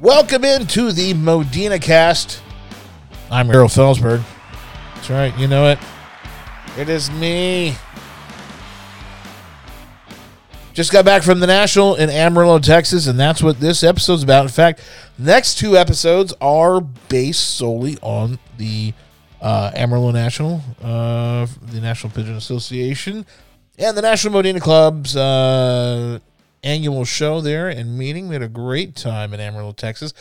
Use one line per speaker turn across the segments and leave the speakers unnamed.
Welcome into the Modena Cast. I'm Errol Felsberg. That's right, you know it. It is me. Just got back from the National in Amarillo, Texas, and that's what this episode's about. In fact, next two episodes are based solely on the uh, Amarillo National, uh, the National Pigeon Association, and the National Modena Club's uh, annual show there and meeting. We had a great time in Amarillo, Texas,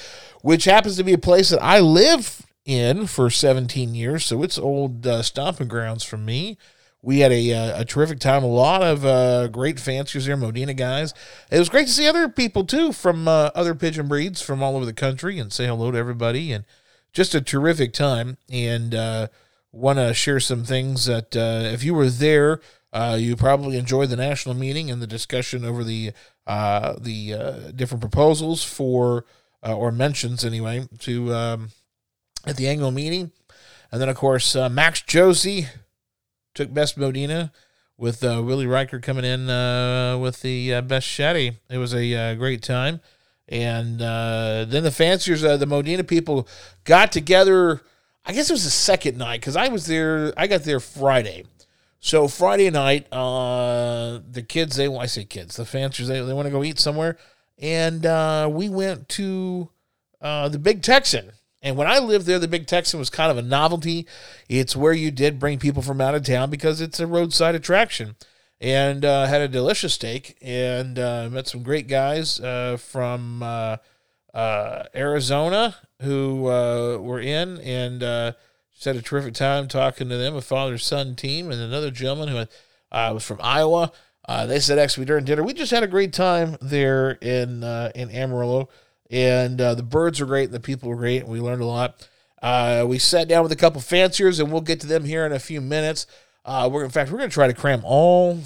which happens to be a place that I live in for 17 years, so it's old uh, stomping grounds for me. We had a, uh, a terrific time. A lot of uh, great fanciers there, Modena guys. It was great to see other people too from uh, other pigeon breeds from all over the country and say hello to everybody. And just a terrific time. And uh, want to share some things that uh, if you were there, uh, you probably enjoyed the national meeting and the discussion over the uh, the uh, different proposals for uh, or mentions anyway to um, at the annual meeting. And then of course uh, Max Josie took Best Modena with uh, Willie Riker coming in uh, with the uh, Best Shetty. It was a uh, great time. And uh, then the fanciers, uh, the Modena people got together. I guess it was the second night because I was there. I got there Friday. So Friday night, uh, the kids, they, I say kids, the fanciers, they, they want to go eat somewhere. And uh, we went to uh, the Big Texan. And when I lived there, the Big Texan was kind of a novelty. It's where you did bring people from out of town because it's a roadside attraction. And uh, had a delicious steak and uh, met some great guys uh, from uh, uh, Arizona who uh, were in and uh, just had a terrific time talking to them, a father son team, and another gentleman who uh, was from Iowa. Uh, they said actually during dinner, we just had a great time there in uh, in Amarillo, and uh, the birds were great, and the people were great, and we learned a lot. Uh, we sat down with a couple fanciers, and we'll get to them here in a few minutes. Uh, we're in fact we're going to try to cram all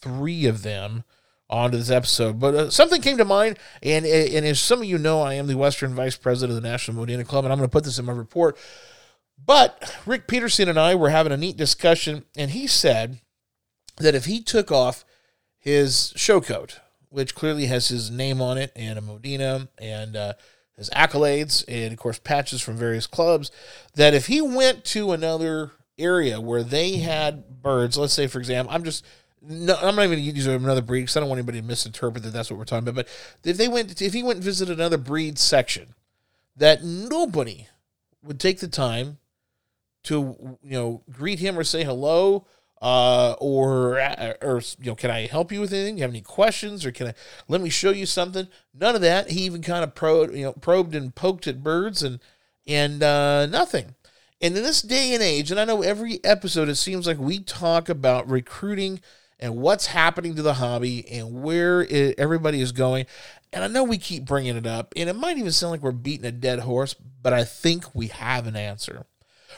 three of them onto this episode. But uh, something came to mind, and uh, and as some of you know, I am the Western Vice President of the National Modena Club, and I'm going to put this in my report. But Rick Peterson and I were having a neat discussion, and he said that if he took off his show coat, which clearly has his name on it and a Modena and uh, his accolades and, of course, patches from various clubs, that if he went to another area where they had birds, let's say, for example, I'm just. No, I'm not even going to use another breed because I don't want anybody to misinterpret that that's what we're talking about. But if they went, if he went and visited another breed section, that nobody would take the time to you know greet him or say hello uh or or you know can i help you with anything you have any questions or can i let me show you something none of that he even kind of probed you know probed and poked at birds and and uh nothing and in this day and age and i know every episode it seems like we talk about recruiting and what's happening to the hobby and where it, everybody is going and i know we keep bringing it up and it might even sound like we're beating a dead horse but i think we have an answer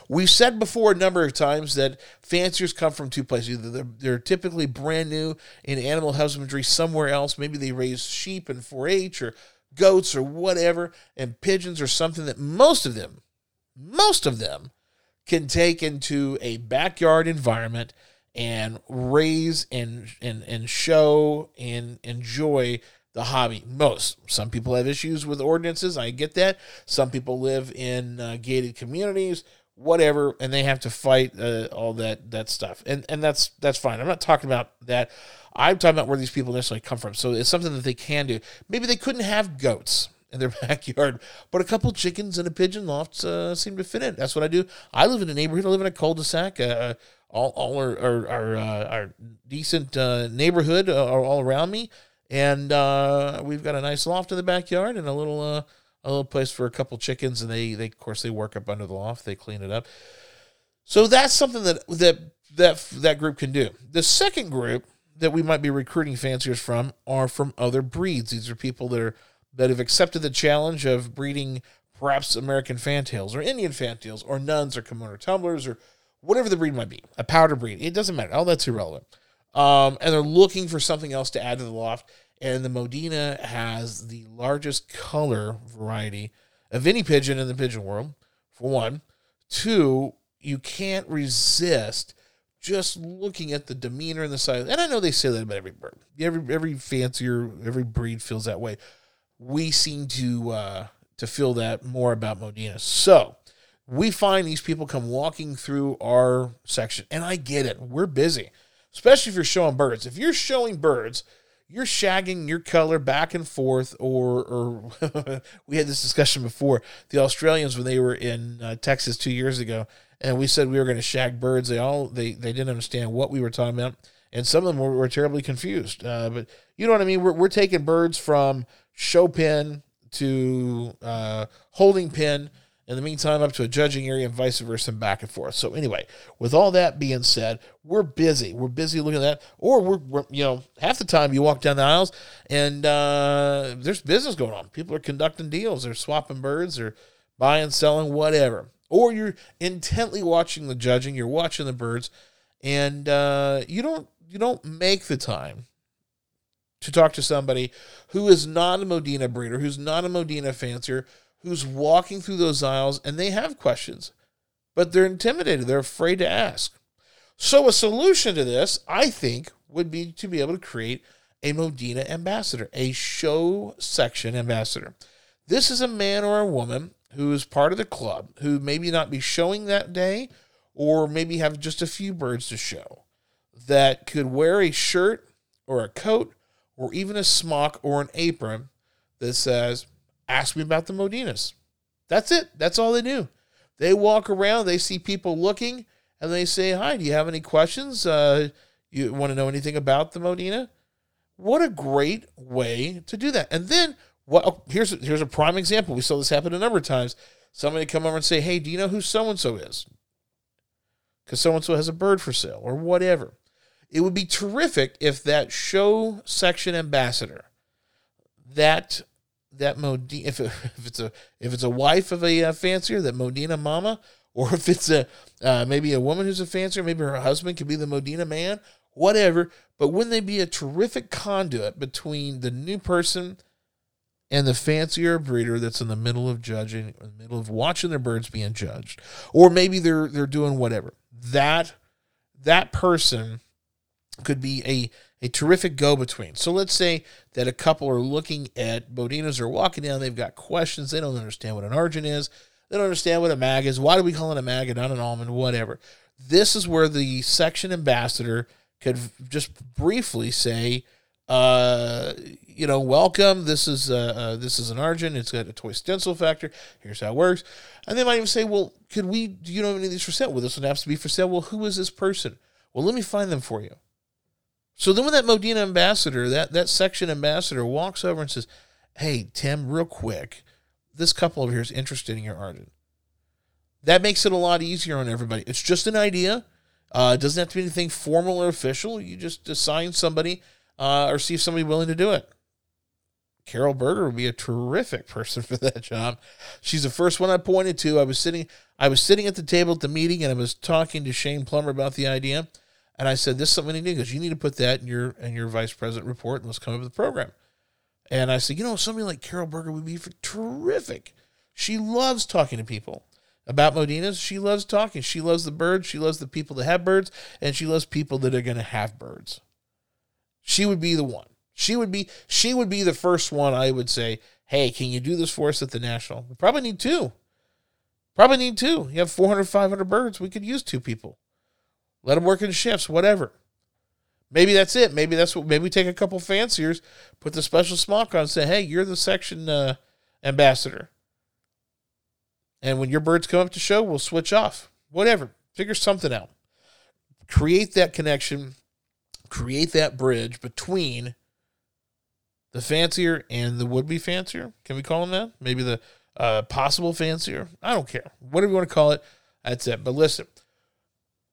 We've said before a number of times that fanciers come from two places. Either they're, they're typically brand new in animal husbandry somewhere else. Maybe they raise sheep and 4 H or goats or whatever, and pigeons or something that most of them, most of them can take into a backyard environment and raise and and and show and enjoy the hobby most some people have issues with ordinances i get that some people live in uh, gated communities whatever and they have to fight uh, all that that stuff and and that's that's fine i'm not talking about that i'm talking about where these people necessarily come from so it's something that they can do maybe they couldn't have goats in their backyard but a couple chickens and a pigeon loft uh, seem to fit in that's what i do i live in a neighborhood i live in a cul-de-sac uh, all, all are, are, are, uh, are decent uh, neighborhood uh, are all around me and uh, we've got a nice loft in the backyard and a little uh, a little place for a couple chickens, and they they of course they work up under the loft, they clean it up. So that's something that that that that group can do. The second group that we might be recruiting fanciers from are from other breeds. These are people that are that have accepted the challenge of breeding perhaps American fantails or Indian fantails or nuns or Komodo tumblers or whatever the breed might be, a powder breed. It doesn't matter. All that's irrelevant. Um, and they're looking for something else to add to the loft. And the Modena has the largest color variety of any pigeon in the pigeon world, for one. Two, you can't resist just looking at the demeanor and the size. And I know they say that about every bird. Every every fancier, every breed feels that way. We seem to uh, to feel that more about Modena. So we find these people come walking through our section, and I get it. We're busy, especially if you're showing birds. If you're showing birds, you're shagging your color back and forth, or or we had this discussion before. The Australians when they were in uh, Texas two years ago, and we said we were going to shag birds. They all they they didn't understand what we were talking about, and some of them were, were terribly confused. Uh, but you know what I mean. We're we're taking birds from show pen to uh, holding pen. In the meantime, up to a judging area and vice versa, and back and forth. So anyway, with all that being said, we're busy. We're busy looking at that, or we're, we're you know half the time you walk down the aisles and uh, there's business going on. People are conducting deals. They're swapping birds. They're buying, selling, whatever. Or you're intently watching the judging. You're watching the birds, and uh, you don't you don't make the time to talk to somebody who is not a Modena breeder, who's not a Modena fancier, who's walking through those aisles and they have questions, but they're intimidated. They're afraid to ask. So, a solution to this, I think, would be to be able to create a Modena ambassador, a show section ambassador. This is a man or a woman who is part of the club who maybe not be showing that day or maybe have just a few birds to show that could wear a shirt or a coat or even a smock or an apron that says, Ask me about the Modinas. That's it. That's all they do. They walk around, they see people looking, and they say, Hi, do you have any questions? Uh, you want to know anything about the Modena? What a great way to do that. And then, what? oh, here's, here's a prime example. We saw this happen a number of times. Somebody come over and say, Hey, do you know who so and so is? Because so and so has a bird for sale or whatever it would be terrific if that show section ambassador that that Modi if, it- if it's a if it's a wife of a uh, fancier that Modena mama or if it's a uh, maybe a woman who's a fancier maybe her husband could be the Modena man whatever but wouldn't they be a terrific conduit between the new person and the fancier breeder that's in the middle of judging in the middle of watching their birds being judged or maybe they're they're doing whatever that that person could be a, a terrific go between. So let's say that a couple are looking at Bodinas or walking down, they've got questions, they don't understand what an argent is, they don't understand what a mag is. Why do we call it a mag and not an almond? Whatever. This is where the section ambassador could just briefly say, uh, you know, welcome. This is uh, uh, this is an argent. It's got a toy stencil factor. Here's how it works. And they might even say, well, could we? Do you know any of these for sale? Well, this one has to be for sale. Well, who is this person? Well, let me find them for you. So then when that Modena ambassador, that, that section ambassador walks over and says, Hey, Tim, real quick, this couple over here is interested in your Arden. That makes it a lot easier on everybody. It's just an idea. Uh, it doesn't have to be anything formal or official. You just assign somebody uh, or see if somebody willing to do it. Carol Berger would be a terrific person for that job. She's the first one I pointed to. I was sitting, I was sitting at the table at the meeting, and I was talking to Shane Plummer about the idea. And I said, "This is something you need because you need to put that in your in your vice president report, and let's come up with a program." And I said, "You know, somebody like Carol Berger would be for terrific. She loves talking to people about Modinas. She loves talking. She loves the birds. She loves the people that have birds, and she loves people that are going to have birds. She would be the one. She would be she would be the first one. I would say, "Hey, can you do this for us at the national? We probably need two. Probably need two. You have 400, 500 birds. We could use two people." Let them work in shifts, whatever. Maybe that's it. Maybe that's what. Maybe we take a couple fanciers, put the special smock on, and say, "Hey, you're the section uh, ambassador." And when your birds come up to show, we'll switch off. Whatever. Figure something out. Create that connection. Create that bridge between the fancier and the would-be fancier. Can we call them that? Maybe the uh, possible fancier. I don't care. Whatever you want to call it, that's it. But listen,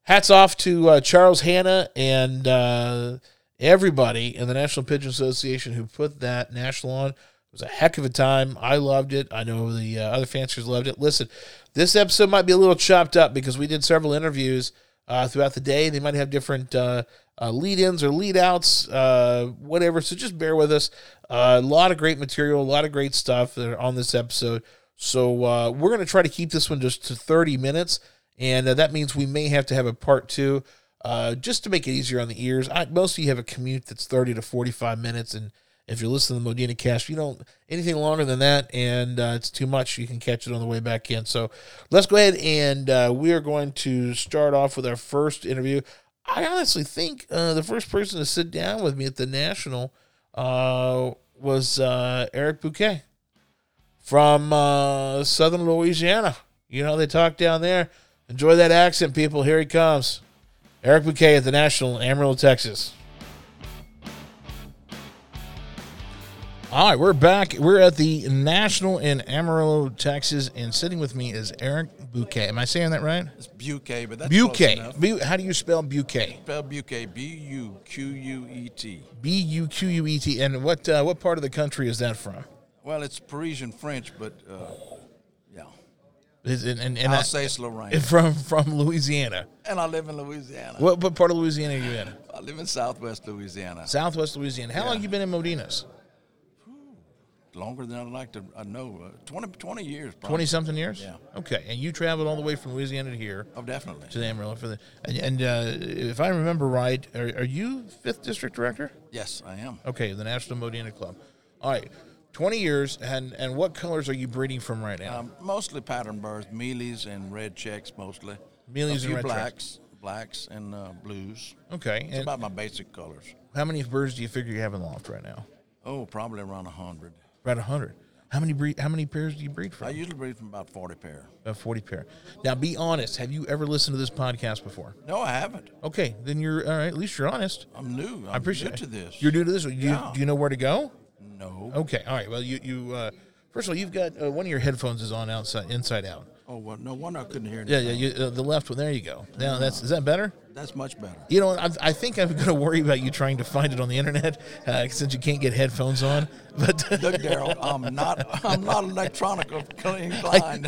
hats off to uh, Charles Hanna and uh, everybody in the National Pigeon Association who put that national on. It was a heck of a time. I loved it. I know the uh, other fanciers loved it. Listen, this episode might be a little chopped up because we did several interviews uh, throughout the day. They might have different uh, uh, lead ins or lead outs, uh, whatever. So just bear with us. Uh, a lot of great material, a lot of great stuff that are on this episode. So uh, we're going to try to keep this one just to 30 minutes and uh, that means we may have to have a part two uh, just to make it easier on the ears. I, most of you have a commute that's 30 to 45 minutes, and If you're listening to the Modena Cast, you don't anything longer than that, and uh, it's too much. You can catch it on the way back in. So let's go ahead and uh, we are going to start off with our first interview. I honestly think uh, the first person to sit down with me at the national uh, was uh, Eric Bouquet from uh, Southern Louisiana. You know how they talk down there. Enjoy that accent, people. Here he comes. Eric Bouquet at the National, Amarillo, Texas. All right, we're back. We're at the National in Amarillo, Texas, and sitting with me is Eric Bouquet. Am I saying that right?
It's Buquet, but that's
Bouquet.
Close enough.
Bu- how do you spell Bouquet?
Spell Buquet, B U Q U E T.
B U Q U E T. And what uh, what part of the country is that from?
Well, it's Parisian French, but uh, yeah,
Is it, and, and that-
Alsace Lorraine,
from from Louisiana.
and I live in Louisiana.
What, what part of Louisiana are you in?
I live in Southwest Louisiana.
Southwest Louisiana. How long you been in Modina's?
Longer than I'd like to. I know uh, 20, 20 years. Probably.
20 something years?
Yeah.
Okay. And you traveled all the way from Louisiana to here
Oh, definitely.
to the Amarillo for the. And, and uh, if I remember right, are, are you 5th District Director?
Yes, I am.
Okay, the National Modena Club. All right. 20 years. And, and what colors are you breeding from right now?
Um, mostly pattern birds, mealies and red checks, mostly.
Mealies
a
and
few
red checks.
blacks, blacks and uh, blues.
okay. And
About my basic colors.
how many birds do you figure you have in the loft right now?
Oh, probably around hundred.
About 100. How many breed, How many pairs do you breed
I
from?
usually breed from about forty pair.
About 40 pair. Now, be honest. Have you ever listened to this podcast before?
No, I haven't.
Okay, then you're all right. At least you're honest.
I'm new. I'm
I appreciate
new
it.
to this.
You're new to this. Do you,
Yeah.
do you know where to go?
no.
Okay. All right. Well, you you uh, first of all, you've got uh, one of your headphones is on outside, inside out.
Oh well, no wonder I couldn't hear.
Yeah,
Anything.
yeah. You, uh, the left one. There you go. Now that's is that better?
that's much better.
You know, I, I think I'm going to worry about you trying to find it on the internet uh, since you can't get headphones on. But
Look, Daryl, I'm not. I'm not electronic inclined.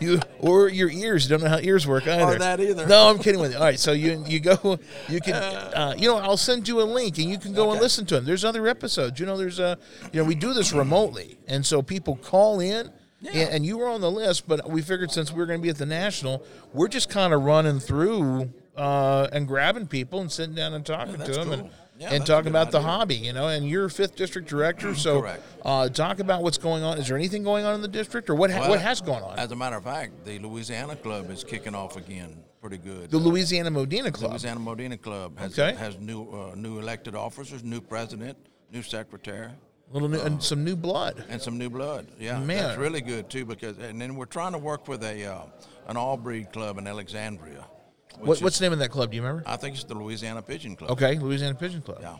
you or your ears you don't know how ears work either.
that either.
No, I'm kidding with you. All right, so you you go you can uh, you know I'll send you a link and you can go and
Okay.
listen to them. There's other episodes. You know, there's uh you know we do this remotely, and so people call in. And, and you were on the list, but we figured since we were going to be at the national, we're just kind of running through uh, and grabbing people and sitting down and talking to
that's
them and,
cool. Yeah,
and
that's a
talking
good
about the
idea.
hobby, you know. And you're fifth district director, so
Correct.
uh, talk about what's going on. Is there anything going on in the district, or what ha-
Well,
what has gone on?
As a matter of fact, the Louisiana Club is kicking off again, pretty good.
The Louisiana Modena Club.
Louisiana Modena Club has
Okay.
has new uh, new elected officers, new president, new secretary,
little new, and some new blood.
and some new blood. Yeah,
Man.
that's really good too. Because and then we're trying to work with a uh, an all breed club in Alexandria. which
What,
is-
what's the name of that club? Do you remember?
I think it's the Louisiana Pigeon Club.
Okay, Louisiana Pigeon Club.
Yeah,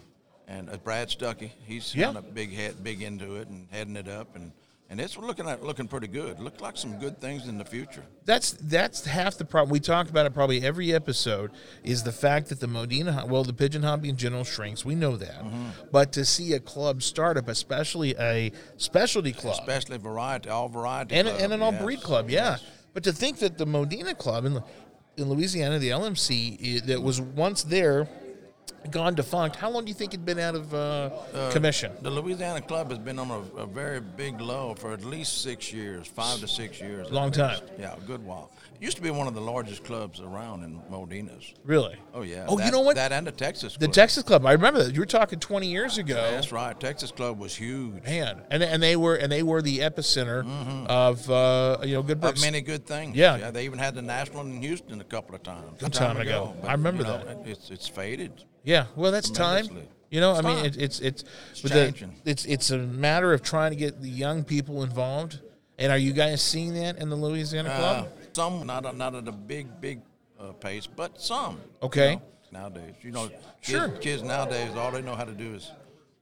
and uh, Brad Stuckey, he's
Yeah.
kind of big head, big into it, and heading it up, and and it's looking at looking pretty good. Look like some good things in the future.
That's that's half the problem. We talk about it probably every episode. Is the fact that the Modena, ho- well, the pigeon hobby in general shrinks. We know that,
Mm-hmm.
but to see a club startup, especially a specialty club,
Especially variety, all variety,
and,
club,
and an all breed
yes.
club, yeah. But to think that the Modena Club in in Louisiana, the LMC i- that was once there, gone defunct. How long do you think it'd been out of uh, commission?
The Louisiana Club has been on a, a very big low for at least six years, five to six years. at
Long
least.
time.
Yeah, a good while. It used to be one of the largest clubs around in Modena's.
Really?
Oh yeah.
Oh, you
that-
know what?
That and the Texas.
The
Club.
Texas Club. I remember that. You were talking 20 years ago.
That's right. Texas Club was huge.
Man, and and they were and they were the epicenter of uh, you know good
Mm-hmm. of
birds.
many good things.
Yeah.
they even had the national in Houston a couple of times.
Good time ago. I remember
that. It's it's faded.
yeah, well, that's time.
tremendously.
You know,
It's
I mean,
fine.
it, it's it's with
changing.
The, it's it's a matter of trying to get the young people involved. And are you guys seeing that in the Louisiana
Uh,
Club?
some not a, not at a big big uh, pace, but some. you
Okay.
know, nowadays, you know, kids,
Sure.
kids nowadays all they know how to do is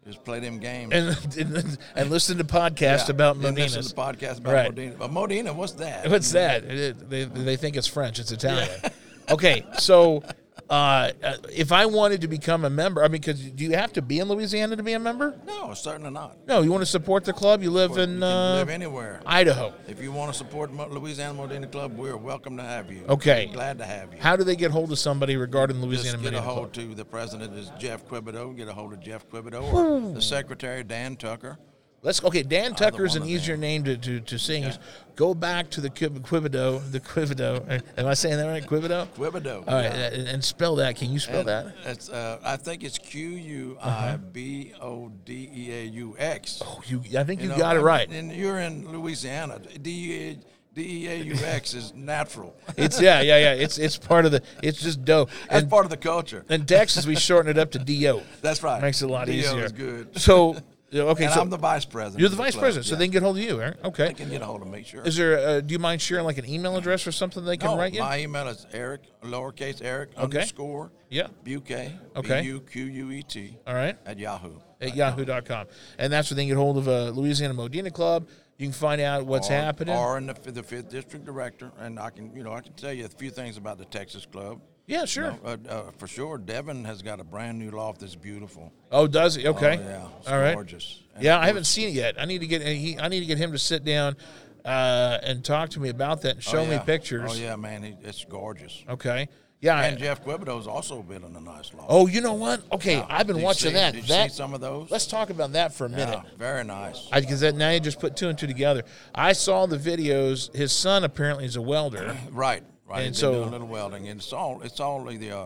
is play them games.
And, and and listen to podcasts
Yeah,
about
and listen
Modinas.
to podcast about
Right.
Modena. But Modena, what's that?
What's that? It- it- they, they think it's French. It's Italian. okay, so uh, uh, if I wanted to become a member, I mean, because do you have to be in Louisiana to be a member?
No, certainly not.
No, you want to support the club. You live
You
in
can
uh,
live anywhere.
Idaho.
if you want to support Mo- Louisiana Modena Club, we're welcome to have you.
Okay.
glad to have you.
How do they get hold of somebody regarding Louisiana
Just get a
Medina
hold
Club?
to the president is Jeff Quibido. Get a hold of Jeff Quibido or the secretary Dan Tucker
Let's okay. Dan Tucker's an
one of them.
easier name to to, to sing. Go back to the Quib- Quibido, the Quibido. Am I saying that right? Quibido.
Quibido.
All right, and, and spell that. Can you spell
And
that?
It's, uh, I think it's Q U I B O D E A U X.
Oh, you. I think you,
know,
got it
and- uh,
right.
And you're in Louisiana. D E A U X is natural.
It's yeah, yeah, yeah. It's it's part of the. It's just dough.
That's
And
part of the culture.
in Texas, we shorten it up to do.
That's right.
Makes it a lot
DO is
easier.
good.
So yeah, okay,
And
so
I'm the vice president.
you're the
of
vice
club,
president, so
yeah.
they can get hold of you, right? Okay.
can get a hold of me, sure.
Is there? uh do you mind sharing like an email address or something they can
No,
write you?
My email is Eric, lowercase Eric underscore
Yeah.
Buquet,
Okay.
B-U-Q-U-E-T,
All right.
E at Yahoo.
at yahoo.com. And that's where they can get hold of uh, Louisiana Modena Club. You can find out what's
or,
happening.
Or in the, fi- the fifth district director, and I can, you know, I can tell you a few things about the Texas club.
yeah, sure.
Uh, uh, for sure, Devin has got a brand new loft that's beautiful.
Oh, does he? Okay.
Oh, yeah, it's
All right.
gorgeous. And
Yeah, I haven't seen it yet. I need to get he, I need to get him to sit down uh, and talk to me about that and
oh,
show
yeah.
me pictures.
Oh yeah, man, he, it's gorgeous.
Okay. Yeah. I-
And Jeff Quibido's also building a nice loft.
oh, you know what? Okay,
Yeah.
I've been
Did you
watching
see-
that.
Did you
that
see some of those?
let's talk about that for a minute.
yeah, very nice.
I Because that now you just put two and two together. I saw the videos. His son apparently is a welder.
Right, right.
And
And
so-
so a little welding, and it's all it's all the uh,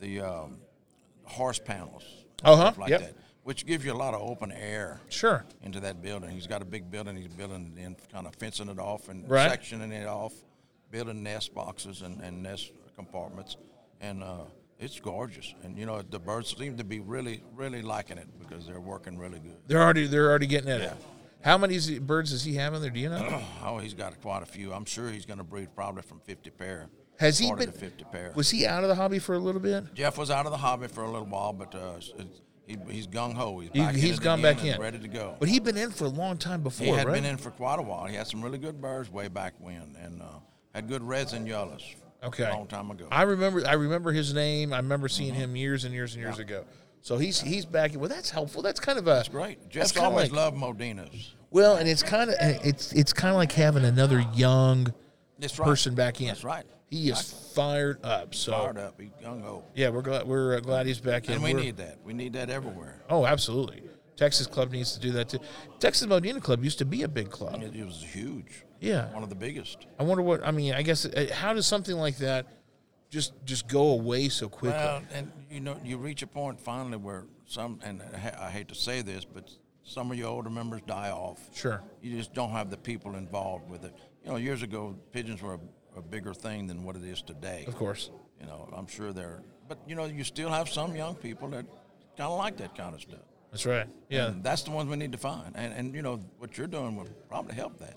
the um, horse panels, and
Uh-huh,
stuff like
yep.
that, which gives you a lot of open air
Sure.
into that building. He's got a big building. He's building and kind of fencing it off and
Right.
sectioning it off, building nest boxes and, and nest compartments, and uh, it's gorgeous. And you know the birds seem to be really really liking it because they're working really good.
They're already they're already getting at it.
Yeah.
How many is he- birds does he have in there? Do you know?
Oh, he's got quite a few. I'm sure he's going to breed probably from 50 pair.
Has he
40
been?
to 50 pair?
Was he out of the hobby for a little bit?
Jeff was out of the hobby for a little while, but uh, it's- it's- he, he's gung ho. He's
He,
back in
he's
it
gone
again
back
and
in,
ready to go.
But he'd been in for a long time
he
before,
had
right?
been in for quite a while. He had some really good birds way back when, and uh, had good reds and yellows.
okay,
a long time ago. Mm-hmm.
I remember. I remember his name. I remember seeing him years and years and years ago. So he's he's back. in. Well, that's helpful. That's kind of a that's
Great. Jeff's
kinda
always
like-
loved Modinas.
Well, and it's kind of it's it's kind of like having another young
That's right.
person back in.
That's right.
He is fired up. So
Fired up. He's gung ho,
yeah, we're glad we're uh, glad he's back in.
and we
We're-
need that. We need that everywhere.
Oh, absolutely. Texas Club needs to do that too. Texas Modena Club used to be a big club.
It, it was huge.
Yeah.
One of the biggest.
I wonder what I mean. I guess uh, how does something like that just just go away so quickly?
Well, and you know, you reach a point finally where some, and I ha- I hate to say this, but some of your older members die off.
Sure.
You just don't have the people involved with it. You know, years ago, pigeons were a, a bigger thing than what it is today.
of course.
You know, I'm sure they're, but you know, you still have some young people that kind of like that kind of stuff.
That's right. Yeah.
And that's the ones we need to find. And, and you know, what you're doing will probably help that.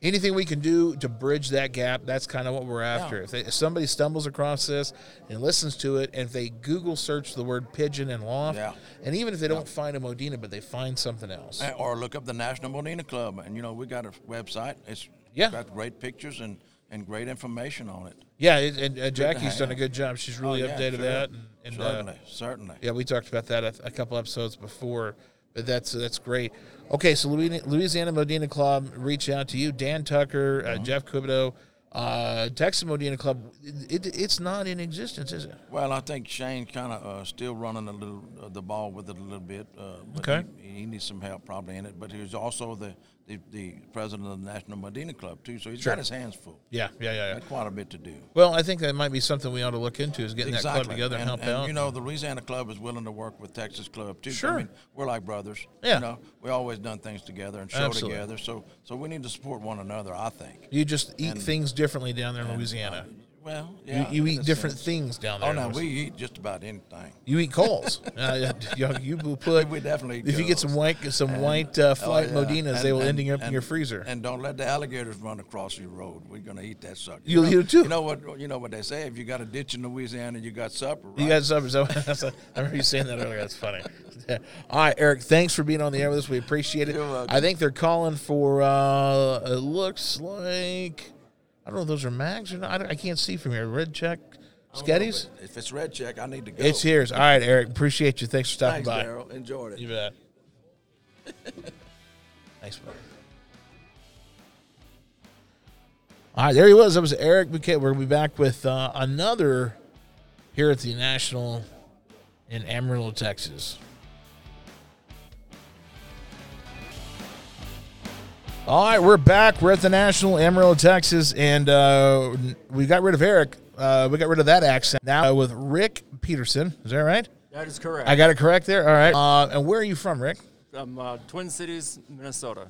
Anything we can do to bridge that gap, that's kind of what we're after. If, they, if somebody stumbles across this and listens to it, and if they Google search the word pigeon and loft,
Yeah.
and even if they don't find a Modena, but they find something else.
Uh, Or look up the National Molina Club. And, you know, we got a website. It's
Yeah.
got great pictures and, and great information on it.
Yeah, and, and uh, Jackie's done a
have.
good job. She's really
Oh, yeah,
updated
sure.
that. And, and uh,
certainly, certainly.
Yeah, we talked about that a, a couple episodes before, but that's that's great. Okay, so Louisiana, Louisiana Modena Club reach out to you, Dan Tucker,
Mm-hmm.
uh, Jeff Kubido, uh, Texas Modena Club. It, it, it's not in existence, is it?
Well, I think Shane kind of uh, still running a little uh, the ball with it a little bit. Uh, but
Okay.
He, he needs some help probably in it, but he's also the, the, the president of the National Medina Club too, so he's
Sure.
got his hands full.
Yeah, yeah, yeah, yeah.
Got quite a bit to do.
Well, I think that might be something we ought to look into is getting that
exactly.
club together and, help out.
You know, the Louisiana Club is willing to work with Texas Club too.
Sure.
I mean, we're like brothers.
Yeah.
You know, we always done things together and show
Absolutely.
together. So so we need to support one another. I think.
you just eat things differently down there in Louisiana.
Well, uh, yeah.
you, you
in
eat
a
different
sense.
things down there.
Oh
in
no, we
Louisiana.
eat just about anything.
you eat coals. uh, you, you will put.
We definitely eat
If you get
coals.
some white some white uh,
Oh,
flight
yeah.
Modinas, they
And-
will
and-
ending up in
and-
your freezer.
And don't let the alligators run across your road. We're gonna eat that sucker.
You'll
know,
eat it too.
You know what? You know what they say. If you got a ditch in Louisiana, you got supper. Right?
You guys up? So, I remember you saying that earlier. That's funny. All right, Eric. Thanks for being on the air with us. We appreciate it.
You're welcome.
I think they're calling for. uh It looks like I don't know. if Those are mags or not? I, don't- I can't see from here. Red check, Sketties.
If it's red check, I need to go.
It's yours. All right, Eric. Appreciate you. Thanks for stopping by.
Thanks, Daryl. Enjoyed it.
You bet. Thanks, buddy. All right, there he was. That was Eric Bouquet. We're going to be back with uh, another here at the National in Amarillo, Texas. All right, we're back. We're at the National Amarillo, Texas, and uh, we got rid of Eric. Uh, we got rid of that accent now uh, with Rick Peterson. Is that right?
That is correct.
I got it correct there. All right. Uh, and where are you from, Rick?
I'm uh, Twin Cities, Minnesota.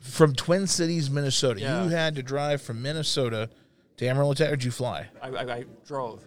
From Twin Cities, Minnesota.
Yeah.
You had to drive from Minnesota to Amarillo, Texas. or Did you fly?
I, I, I drove.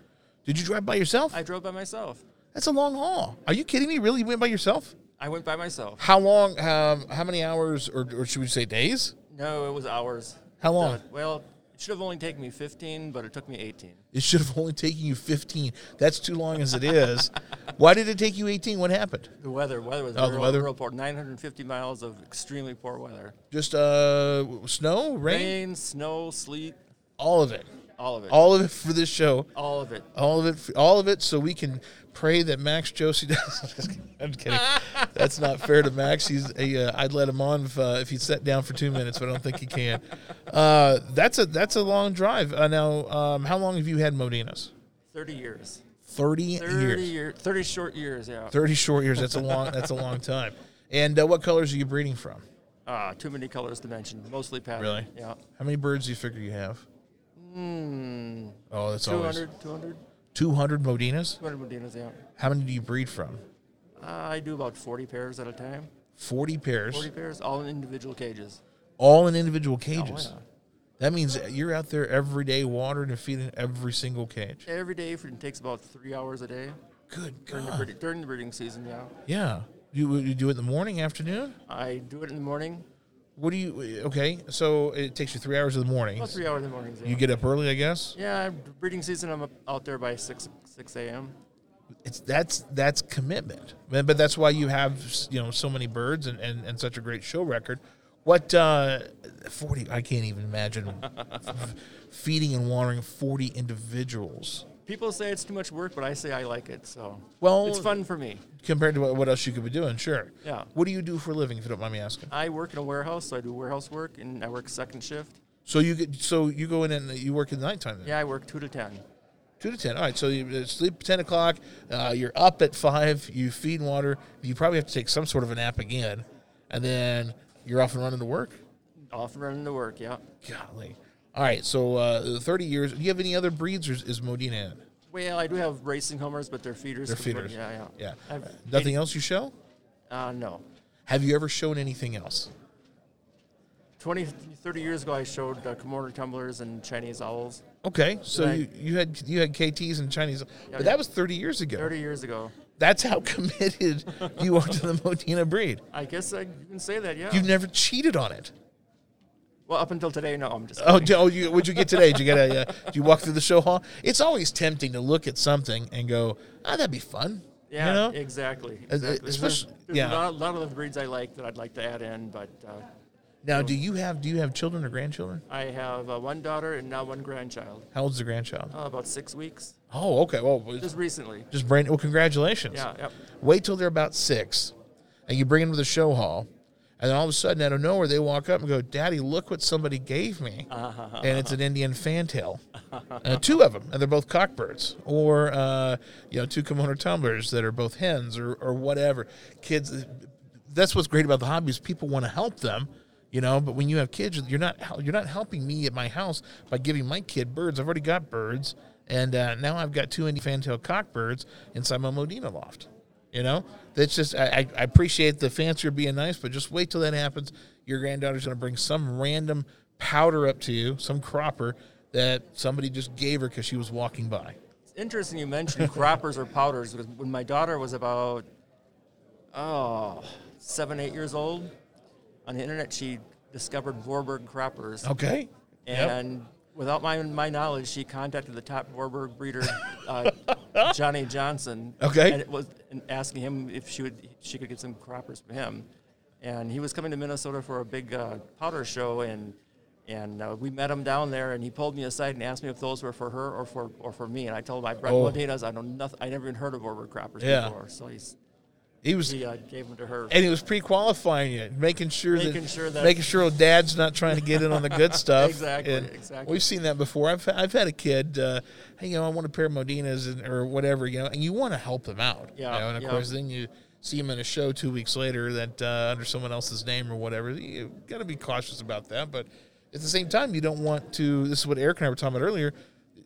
Did you drive by yourself?
I drove by myself.
That's a long haul. Are you kidding me? Really? You went by yourself?
I went by myself.
How long? Um, how many hours, or, or should we say days?
No, it was hours.
How long?
The- well, it should have only taken me 15, but it took me 18.
It should have only taken you 15. That's too long as it is. Why did it take you 18? What happened?
The weather, weather was
Oh, the
real,
weather?
real poor. 950 miles of extremely poor weather.
Just uh, snow, rain,
Rain, snow, sleet,
all of it,
all of it.
all of it for this show,
All of it.
all of it, all of it, so we can pray that Max Josie does. I'm kidding. That's not fair to Max. He's a, uh, I'd let him on if, uh, if he sat down for two minutes, but I don't think he can. Uh, that's a that's a long drive. Uh, now, um, how long have you had Modinos?
30 years.
30,
30
years.
years. 30 short years, yeah.
30 short years. That's a long. that's a long time. And uh, what colors are you breeding from?
Ah, too many colors to mention. Mostly pattern.
Really?
Yeah.
How many birds do you figure you have?
Mm,
Oh, that's always
200, 200,
200 Modinas.
200 Medinas, yeah. Uh,
How many do you breed from?
I do about 40 pairs at a time.
40 pairs,
40 pairs, all in individual cages.
all in individual cages.
yeah.
That means you're out there every day watering and feeding every single cage.
Every day for, it takes about three hours a day
Good
during, the,
God.
breeding, during the breeding season, yeah.
Yeah. You, you do it in the morning, afternoon?
I do it in the morning,
What do you, okay, so it takes you three hours of the morning.
about three hours in the mornings. Yeah,
You get up early, I guess.
yeah breeding season, I'm up, out there by 6 6 a.m.
It's that's that's commitment, Man, but that's why you have you know so many birds and, and, and such a great show record. What uh, forty? I can't even imagine f- feeding and watering forty individuals
People say it's too much work, but I say I like it, so.
Well-
it's fun for me.
compared to what, what else you could be doing. Sure.
Yeah.
What do you do for a living, if you don't mind me asking?
I work in a warehouse, so I do warehouse work, and I work second shift.
So you get so you go in and you work in the nighttime then.
Yeah, I work 2 to 10.
Two to ten. All right. So you uh, sleep at ten o'clock. Uh, you're up at five. You feed and water. You probably have to take some sort of a nap again, and then you're off and running to work.
Off and running to work, yeah.
Golly. All right, so uh, 30 years. Do you have any other breeds, or is, is Modena in?
Well, I do have racing homers, but they're feeders.
They're
compared-
feeders.
Yeah, yeah.
Yeah.
I've-
Nothing else you show?
Uh, no.
Have you ever shown anything else?
20, 30 years ago, I showed uh, Komodo tumblers and Chinese owls.
Okay, so
Right.
you, you had you had KTs and Chinese, but that was 30 years ago.
30 years ago.
That's how committed you are to the Modena breed.
I guess I, you can say that, yeah.
You've never cheated on it.
well, up until today, no, I'm just.
Oh, d- oh you, what'd you get today? Did you get a? Uh, did you walk through the show hall? It's always tempting to look at something and go, "Ah, that'd be fun."
yeah,
you know?
exactly.
As- uh,
exactly. There's-
especially-
there's
yeah.
A lot, lot of the breeds I like that I'd like to add in, but uh,
Now, do you have do you have children or grandchildren?
I have uh, one daughter and now one grandchild.
How old's the grandchild?
Uh, about six weeks,
Oh, okay. Well,
just recently.
Just bring. Well, congratulations.
Yeah, yep.
Wait till they're about six, and you bring them to the show hall, and then all of a sudden, out of nowhere, they walk up and go, "Daddy, look what somebody gave me," and it's an Indian fantail, uh, two of them, and they're both cockbirds, or uh, you know, two Komodo tumblers that are both hens or or whatever. Kids, that's what's great about the hobby is people want to help them. You know, but when you have kids, you're not hel- you're not helping me at my house by giving my kid birds. I've already got birds, and uh, now I've got two Indian fantail cockbirds inside my Modena loft. You know, that's just I, I- I appreciate the fancier being nice, but just wait till that happens. Your granddaughter's going to bring some random powder up to you, some cropper that somebody just gave her because she was walking by.
It's interesting you mentioned croppers or powders because when my daughter was about oh seven eight years old, on the internet she discovered Vorberg croppers,
Okay.
and without my my knowledge, she contacted the top Vorberg breeder, uh, Johnny Johnson.
Okay.
and it was and asking him if she would she could get some croppers for him, and he was coming to Minnesota for a big uh, powder show and. And uh, we met him down there, and he pulled me aside and asked me if those were for her or for or for me. And I told him I bred
Oh.
Modenas. I know nothing. I never even heard of Vorberg croppers
Yeah.
before. So he's,
he was
he uh, gave them to her.
and he was pre-qualifying it, making sure
Making
that,
sure that-
making sure old dad's not trying to get in on the good stuff.
Exactly,
And
exactly.
We've seen that before. I've I've had a kid, uh, hey, you know, I want a pair of Modinas and, or whatever, you know, and you want to help them out. you
Yeah,
know, and of
yeah.
course, then you see him in a show two weeks later that uh, under someone else's name or whatever. You got to be cautious about that. But at the same time, you don't want to. This is what Eric and I were talking about earlier.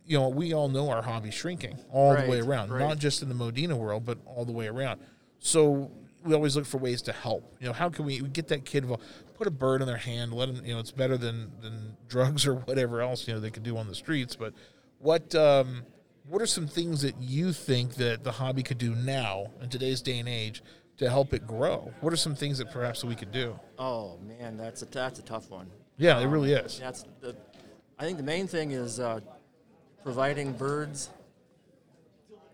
You know, we all know our hobby's shrinking all
Right,
the way around,
right.
not just in the Modena world, but all the way around. So we always look for ways to help. You know, how can we, we get that kid involved? Put a bird in their hand, let them. You know, it's better than than drugs or whatever else you know they could do on the streets. But what um, what are some things that you think that the hobby could do now in today's day and age to help it grow? What are some things that perhaps we could do?
Oh man, that's a that's a tough one.
Yeah, it really is.
That's the. I think the main thing is uh, providing birds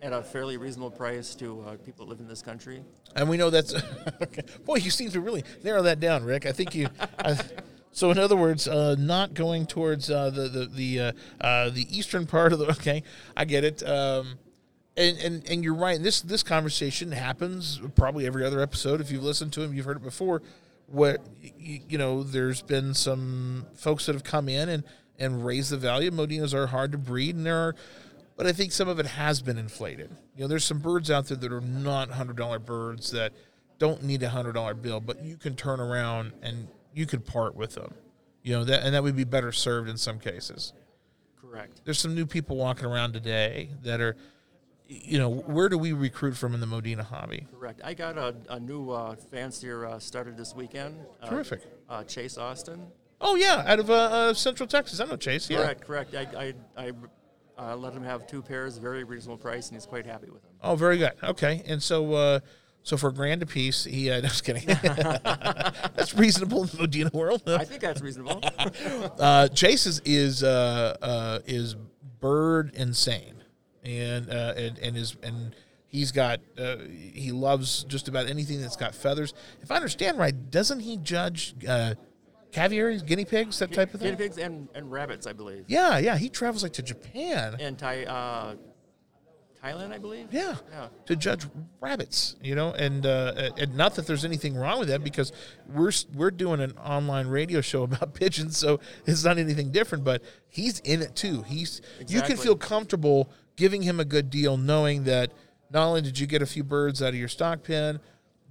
at a fairly reasonable price to uh, people that live in this country.
And we know that's okay. boy. You seem to really narrow that down, Rick. I think you. I, so, in other words, uh, not going towards uh, the the the uh, uh, the eastern part of the. Okay, I get it. Um, and, and and you're right. This this conversation happens probably every other episode. If you've listened to them, you've heard it before. What you, you know, there's been some folks that have come in and and raised the value. Modinos are hard to breed, and there are but I think some of it has been inflated. You know, there's some birds out there that are not hundred dollar birds that don't need a hundred dollar bill, but you can turn around and you could part with them. You know that, and that would be better served in some cases.
Correct.
There's some new people walking around today that are, you know, where do we recruit from in the Modena hobby?
Correct. I got a, a new uh, fancier uh, started this weekend. Uh,
Terrific.
Uh, Chase Austin.
Oh yeah, out of uh, uh, Central Texas. I know Chase. Yeah.
Correct. Correct. I I, I uh, let him have two pairs, very reasonable price, and he's quite happy with them.
Oh, very good. Okay, and so uh, so for a grand apiece, he. Uh, no, just kidding. That's reasonable in the Modena world.
I think that's reasonable.
Uh, Chase is is, uh, uh, is bird insane, and uh, and and is and he's got uh, he loves just about anything that's got feathers. If I understand right, doesn't he judge uh, caviaries, guinea pigs, that type of
Guinea
thing?
pigs and, and rabbits, I believe.
Yeah, yeah. He travels like to Japan.
And Thai, uh, Thailand, I believe.
Yeah.
Yeah.
To judge rabbits, you know, and uh, and not that there's anything wrong with that because we're we're doing an online radio show about pigeons, so it's not anything different. But he's in it too. He's you can
Exactly.
feel comfortable giving him a good deal, knowing that not only did you get a few birds out of your stock pen,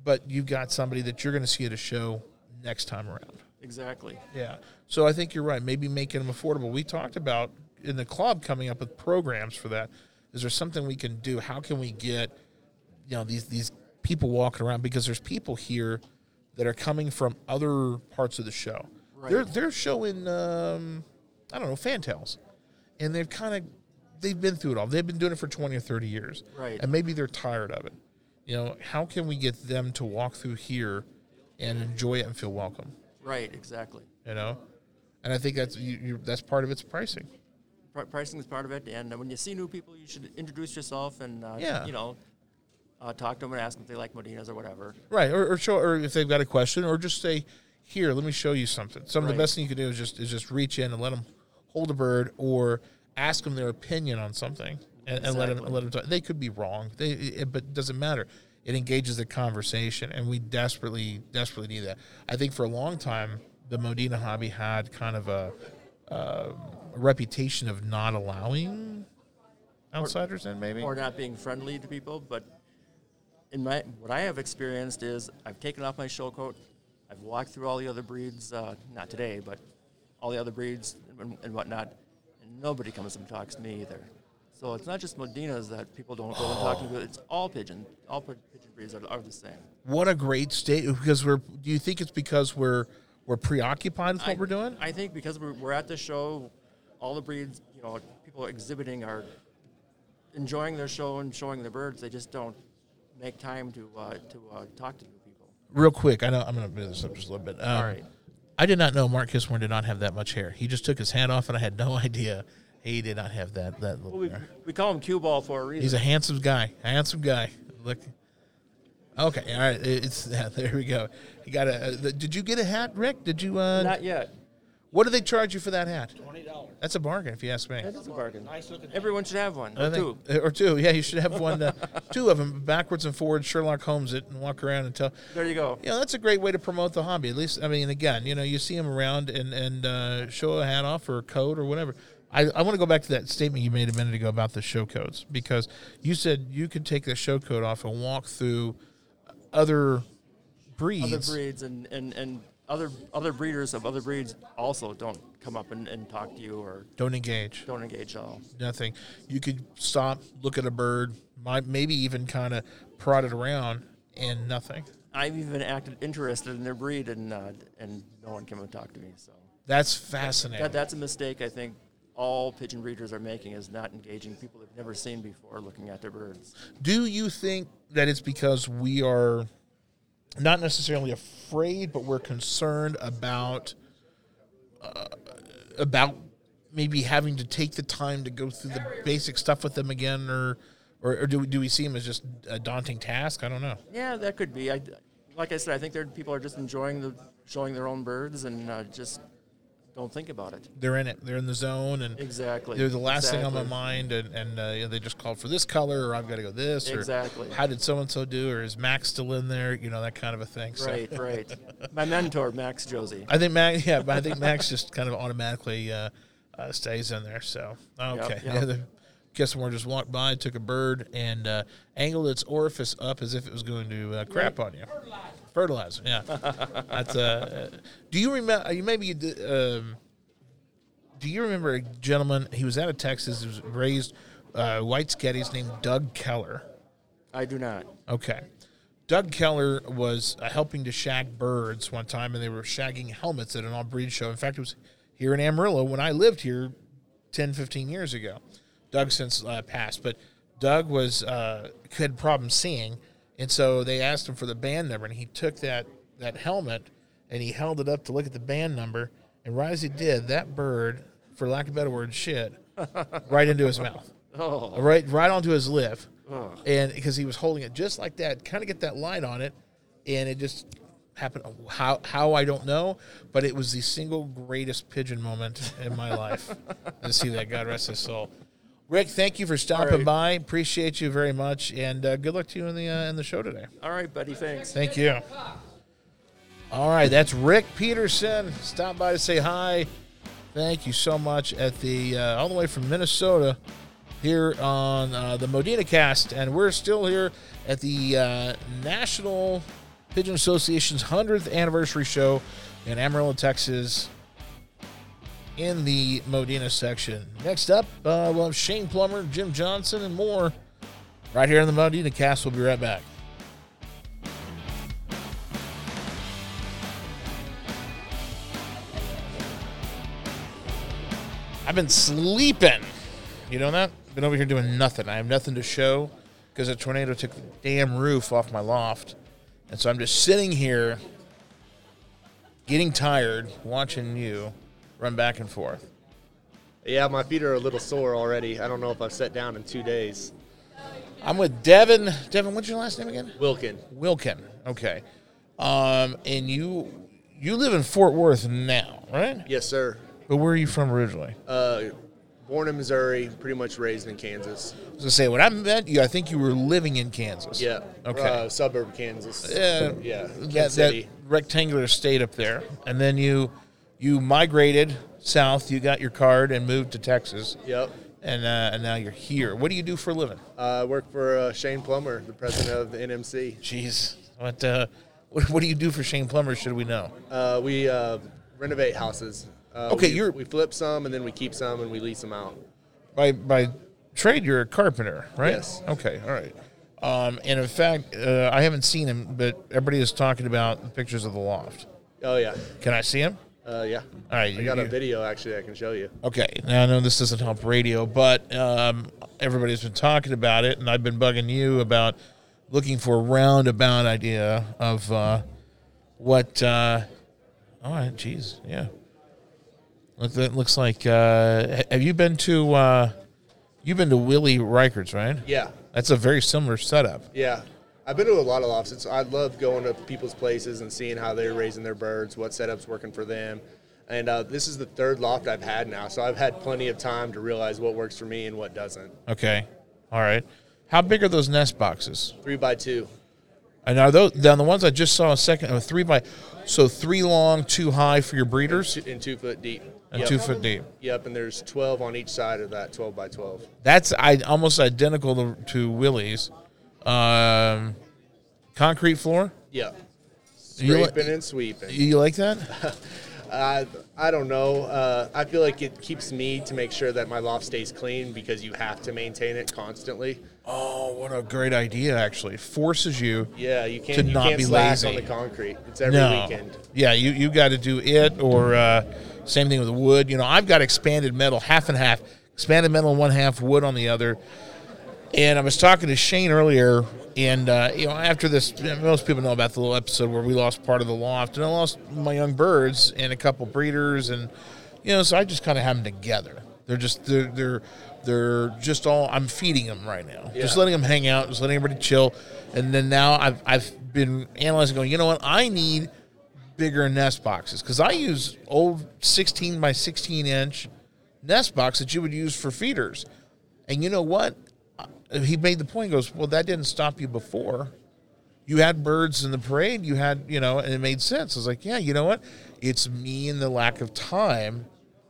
but you've got somebody that you're going to see at a show next time around.
Exactly.
Yeah. So I think you're right. Maybe making them affordable. We talked about in the club coming up with programs for that. Is there something we can do? How can we get, you know, these these people walking around because there's people here that are coming from other parts of the show.
Right.
They're they're showing um, I don't know fantails, and they've kind of they've been through it all. They've been doing it for twenty or thirty years,
Right.
And maybe they're tired of it. You know, how can we get them to walk through here and enjoy it and feel welcome?
Right. Exactly.
you know and i think that's you, you, that's part of its pricing
Pri- pricing is part of it, and uh, when you see new people, you should introduce yourself and uh,
Yeah.
you know, uh, talk to them and ask them if they like Modinas or whatever.
right or, or show or if they've got a question or just say here let me show you something some of
Right.
the best thing you can do is just is just reach in and let them hold a bird or ask them their opinion on something and, and let them
Exactly.
let them talk. they could be wrong they it, but it doesn't matter it engages the conversation and we desperately desperately need that i think for a long time the modena hobby had kind of a, um, a reputation of not allowing outsiders in maybe
Or not being friendly to people, but in my what I have experienced is I've taken off my show coat, I've walked through all the other breeds, uh, not today, but all the other breeds and, and whatnot, and nobody comes and talks to me either. So it's not just Modinas that people don't go and talk to. It's all pigeon. All pi- pigeon breeds are, are the same.
what a great state because we're do you think it's because we're we're preoccupied with what
I-
we're doing
I think because we're, we're at the show, all the breeds, you know, people exhibiting are enjoying their show and showing their birds. They just don't make time to uh, to uh, talk to new people.
real quick i know i'm gonna move this up just a little bit um,
All right.
i did not know mark kissmore did not have that much hair he just took his hat off and i had no idea he did not have that that little
We,
hair
we call him cue ball for a reason.
he's a handsome guy handsome guy look okay all right it- it's yeah, there we go you got a uh, the- did you get a hat rick did you uh
Not yet.
what do they charge you for that hat
Twenty dollars.
that's a bargain if you ask me
That is a bargain.
Nice looking.
Everyone should have one.
I
Or two.
think- Uh, or two. Yeah, you should have one, uh, two of them backwards and forwards. Sherlock Holmes it and walk around and tell.
There you go.
You know, that's a great way to promote the hobby. At least, I mean, again, you know, you see them around and and uh, show a hat off or a coat or whatever. I, I want to go back to that statement you made a minute ago about the show codes because you said you could take the show code off and walk through other breeds.
other breeds and, and, and other other breeders of other breeds also don't come up and, and talk to you or
Don't engage.
don't engage at all.
Nothing. You could stop, look at a bird, might, maybe even kind of prod it around, and nothing.
I've even acted interested in their breed and uh, and no one came and talked to me. So
That's fascinating.
that, that's a mistake I think all pigeon breeders are making is not engaging people they've never seen before looking at their birds.
Do you think that it's because we are not necessarily afraid, but we're concerned about uh, about maybe having to take the time to go through the basic stuff with them again, or or, or do we, do we see them as just a daunting task? I don't know.
Yeah, that could be. I, like I said, I think there people are just enjoying the showing their own birds and uh, just don't think about it.
They're in it. They're in the zone, and
Exactly.
they're the last thing on my
Exactly.
mind. And and uh, you know, they just called for this color, or I've got to go this, or
Exactly.
how did so and so do, or is Max still in there? You know that kind of a thing. So.
Right, right. My mentor, Max Josie.
I think Max. Yeah, but I think Max just kind of automatically uh, uh, stays in there. So okay,
Yep,
yeah.
yep.
the customer just walked by, took a bird, and uh, angled its orifice up as if it was going to uh, crap on you. Fertilizer. Yeah, that's. Uh, uh, do you remember? You maybe you. Did, um, do you remember a gentleman? He was out of Texas. He was raised uh, white Skeddies named Doug Keller.
I do not.
Okay. Doug Keller was uh, helping to shag birds one time, and they were shagging helmets at an all breed show. In fact, it was here in Amarillo when I lived here 10, 15 years ago. Doug since uh, passed, but Doug was uh, had problems seeing, and so they asked him for the band number, and he took that that helmet and he held it up to look at the band number, and right as he did, that bird, for lack of a better word, shit right into his mouth
Oh,
right right onto his lip, and because he was holding it just like that, kind of get that light on it, and it just happened. How how I don't know, but it was the single greatest pigeon moment in my life to see that. God rest his soul. Rick, thank you for stopping
right.
by. Appreciate you very much, and uh, good luck to you in the uh, in the show today.
all right, buddy. Thanks.
Thank you. All right, that's Rick Peterson. Stop by to say hi. Thank you so much at the uh, all the way from Minnesota here on uh, the Modena Cast, and we're still here at the uh, National Pigeon Association's 100th anniversary show in Amarillo, Texas, in the Modena section. Next up, uh, we'll have Shane Plummer, Jim Johnson, and more right here on the Modena Cast. We'll be right back. I've been sleeping. You know that? Been over here doing nothing. I have nothing to show because a tornado took the damn roof off my loft. And so I'm just sitting here getting tired watching you run back and forth.
Yeah, my feet are a little sore already. I don't know if I've sat down in two days.
I'm with Devin. Devin, what's your last name again?
Wilkin.
Wilkin. Okay. Um, and you you live in Fort Worth now, right?
Yes, sir.
But where are you from originally?
Uh, born in Missouri, pretty much raised in Kansas.
I was gonna say when I met you, I think you were living in Kansas.
Yeah.
Okay.
Uh, suburb Kansas.
yeah,
Yeah.
Uh, that, that
City.
rectangular state up there, and then you you migrated south. You got your card and moved to Texas,
Yep.
and uh, and now you're here. What do you do for a living?
I work for uh, Shane Plummer, the president of the NMC.
Jeez, what uh, what, what do you do for Shane Plummer? Should we know?
Uh, we uh, renovate houses. Uh,
Okay,
we,
you're-
we flip some and then we keep some and we lease them out.
By by trade, you're a carpenter, right?
Yes.
Okay. All right. Um, and in fact, uh, I haven't seen him, but everybody is talking about the pictures of the loft.
Oh yeah,
Can I see him?
uh, yeah.
All right,
I
you-
got a
you-
video actually I can show you.
Okay, now I know this doesn't help radio, but um, everybody's been talking about it, and I've been bugging you about looking for a roundabout idea of uh, what. Uh, all right, jeez, yeah. Look, that looks like. Uh, ha- have you been to? Uh, you've been to Willie Reichert's, right?
Yeah,
That's a very similar setup.
yeah. I've been to a lot of lofts. It's, I love going to people's places and seeing how they're raising their birds, what setups working for them. And uh, this is the third loft I've had now, so I've had plenty of time to realize what works for me and what doesn't.
Okay, all right. How big are those nest boxes?
Three by two.
And are those then the ones I just saw a second? Oh, three by, so three long, two high for your breeders.
two- and two foot deep.
and
yep.
two foot deep.
Yep, and there's 12 on each side of that 12 by 12.
That's I, almost identical to, to Willie's. Um, Concrete floor.
Yeah.
You like-
Scraping and sweeping.
You you like that?
I, I don't know. Uh, I feel like it keeps me to make sure that my loft stays clean because you have to maintain it constantly.
Oh, what a great idea! Actually, forces you.
Yeah, you can't.
To
you
not
can't
be
slack
lazy.
on the concrete. It's every weekend.
Yeah, you you got to do it or uh, same thing with wood. You know, I've got expanded metal, half and half, expanded metal on one half, wood on the other. And I was talking to Shane earlier, and uh, you know, after this, most people know about the little episode where we lost part of the loft, and I lost my young birds and a couple breeders, and you know, so I just kind of have them together. They're just they're they're they're just all I'm feeding them right now, just
Yeah.
letting them hang out, just letting everybody chill, and then now I've I've been analyzing, going, you know what, I need bigger nest boxes because I use old 16 by 16 inch nest box that you would use for feeders. And you know what? Uh, He made the point. He goes, well, that didn't stop you before. You had birds in the parade. You had, you know, and it made sense. I was like, yeah, you know what? It's me and the lack of time.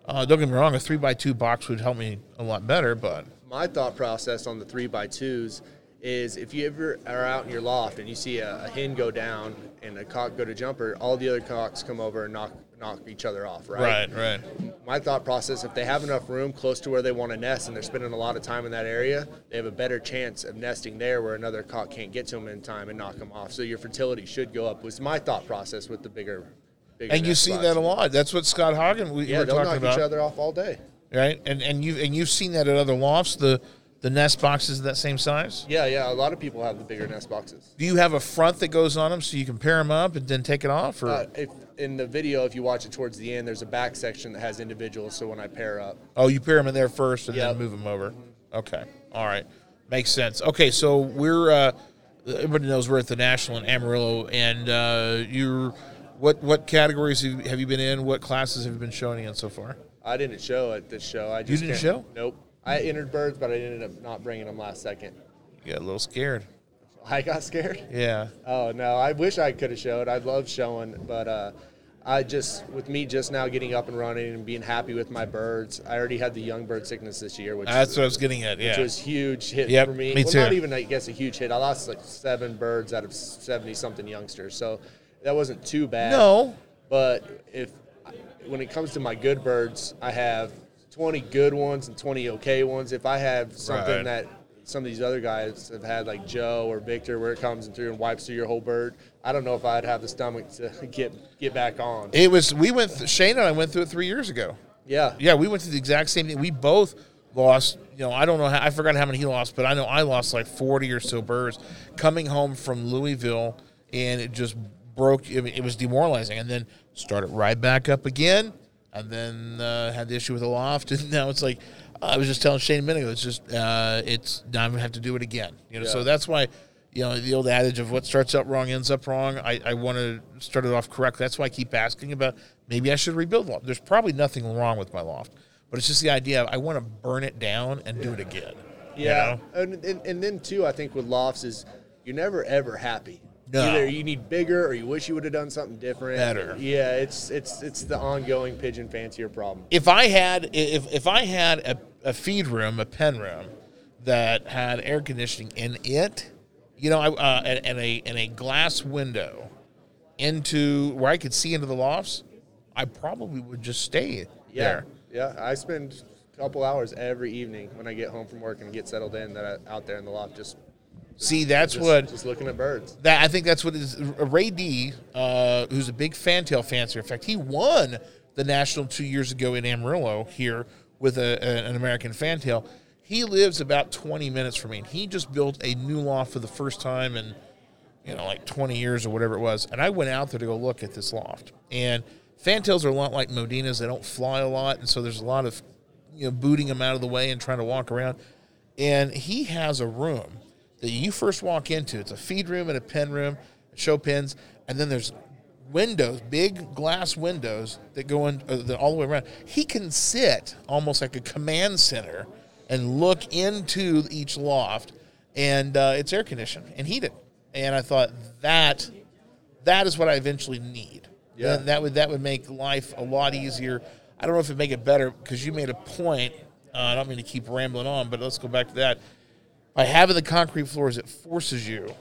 Uh, don't get me wrong. A three by two box would help me a lot better, but
my thought process on the three by twos is if you ever are out in your loft and you see a, a hen go down and a cock go to jumper, all the other cocks come over and knock knock each other off, right?
right.
My thought process: if they have enough room close to where they want to nest and they're spending a lot of time in that area, they have a better chance of nesting there where another cock can't get to them in time and knock them off. So your fertility should go up. Was my thought process with the bigger. bigger
And you
nest
see
spots.
that a lot. That's what Scott Hagen we
Yeah,
were
they'll
talking
knock
about.
each other off all day.
right? And and you and you've seen that at other lofts, the the nest boxes that same size.
Yeah, yeah. A lot of people have the bigger nest boxes.
Do you have a front that goes on them so you can pair them up and then take it off, or
Uh, if in the video, if you watch it towards the end, there's a back section that has individuals. So when I pair up,
oh, you pair them in there first and
Yep.
then move them over? Okay, all right, makes sense. Okay, so we're uh, everybody knows we're at the National in Amarillo, and uh, you're what what categories have you- have you been in? What classes have you been showing in so far?
I didn't show at this show. I just
didn't
can't-
show?
Nope. I entered birds, but I ended up not bringing them last second.
You got a little scared.
I got scared.
Yeah,
Oh no! I wish I could have showed. I love showing, but uh, I just with me just now getting up and running and being happy with my birds. I already had the young bird sickness this year, which
that's what I was getting at. Yeah,
which was huge hit
Yep,
for me.
me
well,
too.
not even I guess a huge hit. I lost like seven birds out of seventy something youngsters, so that wasn't too bad.
No.
but if when it comes to my good birds, I have twenty good ones and twenty okay ones. If I have something
Right.
that some of these other guys have had, like Joe or Victor, where it comes through and wipes through your whole bird, I don't know if I'd have the stomach to get get back on.
it was. We went. Th- Shane and I went through it three years ago.
yeah,
Yeah, we went through the exact same thing. We both lost. You know, I don't know. How, I forgot how many he lost, but I know I lost like forty or so birds coming home from Louisville, and it just broke. It, it was demoralizing, and then started right back up again, and then uh, had the issue with the loft, and now it's like I was just telling Shane a minute ago. It's just uh, it's now I'm gonna have to do it again. You know, so
Yeah.
that's why. You know the old adage of what starts out wrong ends up wrong. I, I want to start it off correct. That's why I keep asking about maybe I should rebuild loft. There's probably nothing wrong with my loft, but it's just the idea of I want to burn it down and do it again. you
Yeah,
know?
and, and and then too, I think with lofts is you're never ever happy.
No.
Either you need bigger, or you wish you would have done something different.
Better.
Yeah, it's it's it's the ongoing pigeon fancier problem.
if I had if if I had a, a feed room, a pen room that had air conditioning in it, you know, I, uh, and, and a and a glass window into where I could see into the lofts, I probably would just stay
Yeah,
there.
yeah. I spend a couple hours every evening when I get home from work and get settled in that I, out there in the loft just
See, that's
just,
what
just looking at birds.
That I think that's what is Ray D, uh, who's a big fantail fancier. In fact, he won the national two years ago in Amarillo here with a, a- an American fantail. He lives about 20 minutes from me, and he just built a new loft for the first time in, you know, like 20 years or whatever it was. And I went out there to go look at this loft. And fantails are a lot like Modinas; they don't fly a lot, and so there's a lot of, you know, booting them out of the way and trying to walk around and he has a room that you first walk into. It's a feed room and a pen room, show pens, and then there's windows, big glass windows that go in uh, that all the way around. He can sit almost like a command center and look into each loft, and uh, it's air conditioned and heated. And I thought that that is what I eventually need.
Yeah.
And that would that would make life a lot easier. I don't know if it would make it better because you made a point. Uh, I don't mean to keep rambling on, but let's go back to that. By having the concrete floors, it forces you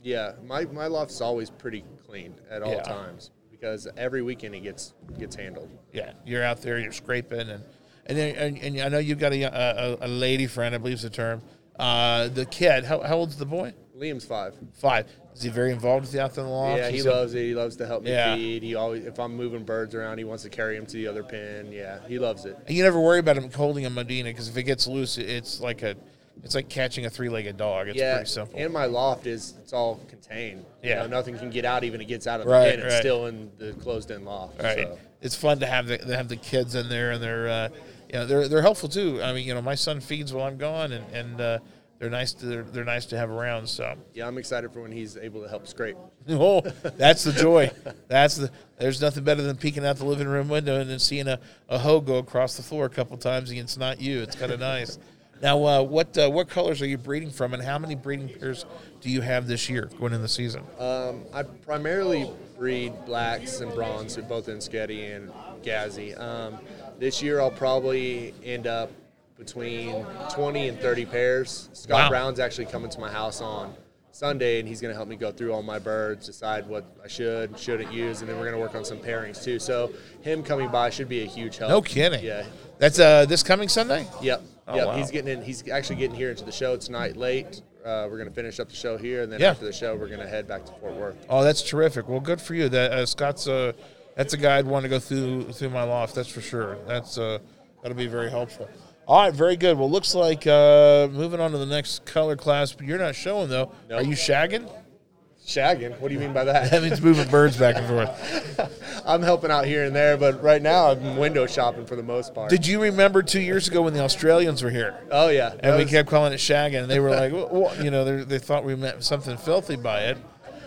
Yeah, my, my loft's always pretty clean at all
Yeah.
times because every weekend it gets gets handled.
Yeah, you're out there, you're scraping, and and then, and, and I know you've got a, a a lady friend, I believe is the term. Uh, the kid, how, how old's the boy?
Liam's five.
Five. Is he very involved with you out there in the loft?
yeah, he
He's a-
loves it. He loves to help me
Yeah.
feed. He always if I'm moving birds around, he wants to carry him to the other pen. Yeah, he loves it.
You never worry about him holding a Medina because if it gets loose, it- it's like a it's like catching a three legged dog. It's
yeah,
pretty simple.
and my loft is it's all contained.
Yeah.
Yeah, nothing can get out. Even if it gets out of the
Right,
pen, it's
right.
still in the closed in loft.
right.
So.
It's fun to have the to have the kids in there, and they're uh, you know they're they're helpful too. I mean, you know, my son feeds while I'm gone, and and uh, they're nice to they're, they're nice to have around. So.
Yeah, I'm excited for when he's able to help scrape.
Oh, that's the joy. That's the. There's nothing better than peeking out the living room window and then seeing a, a hoe go across the floor a couple times, and it's not you. It's kind of nice. Now, uh, what uh, what colors are you breeding from, and how many breeding pairs do you have this year going in the season?
Um, I primarily breed blacks and bronze, they're both in Sketty and Gazi. Um, this year, I'll probably end up between 20 and 30 pairs. Scott
Wow.
Brown's actually coming to my house on Sunday, and he's going to help me go through all my birds, decide what I should, shouldn't use, and then we're going to work on some pairings too. So, him coming by should be a huge help.
No kidding.
Uh, Yeah.
That's uh, this coming Sunday.
Yep.
Oh,
yep.
wow.
He's getting in. He's actually getting here into the show tonight late. Uh, we're going to finish up the show here, and then
Yeah.
after the show, we're going to head back to Fort Worth.
Oh, that's terrific. Well, good for you. That uh, Scott's uh, that's a guy I'd want to go through through my loft. That's for sure. That's uh, that'll be very helpful. All right, very good. Well, looks like uh, moving on to the next color class. But you're not showing though.
No.
Are you shagging?
Shagging? What do you mean by that?
That means moving birds back and forth.
I'm helping out here and there, but right now I'm window shopping for the most part.
Did you remember two years ago when the Australians were here
Oh yeah. that
and we
was-
kept calling it shagging, and they were like, "Wha- wha-" you know, they- they thought we meant something filthy by it,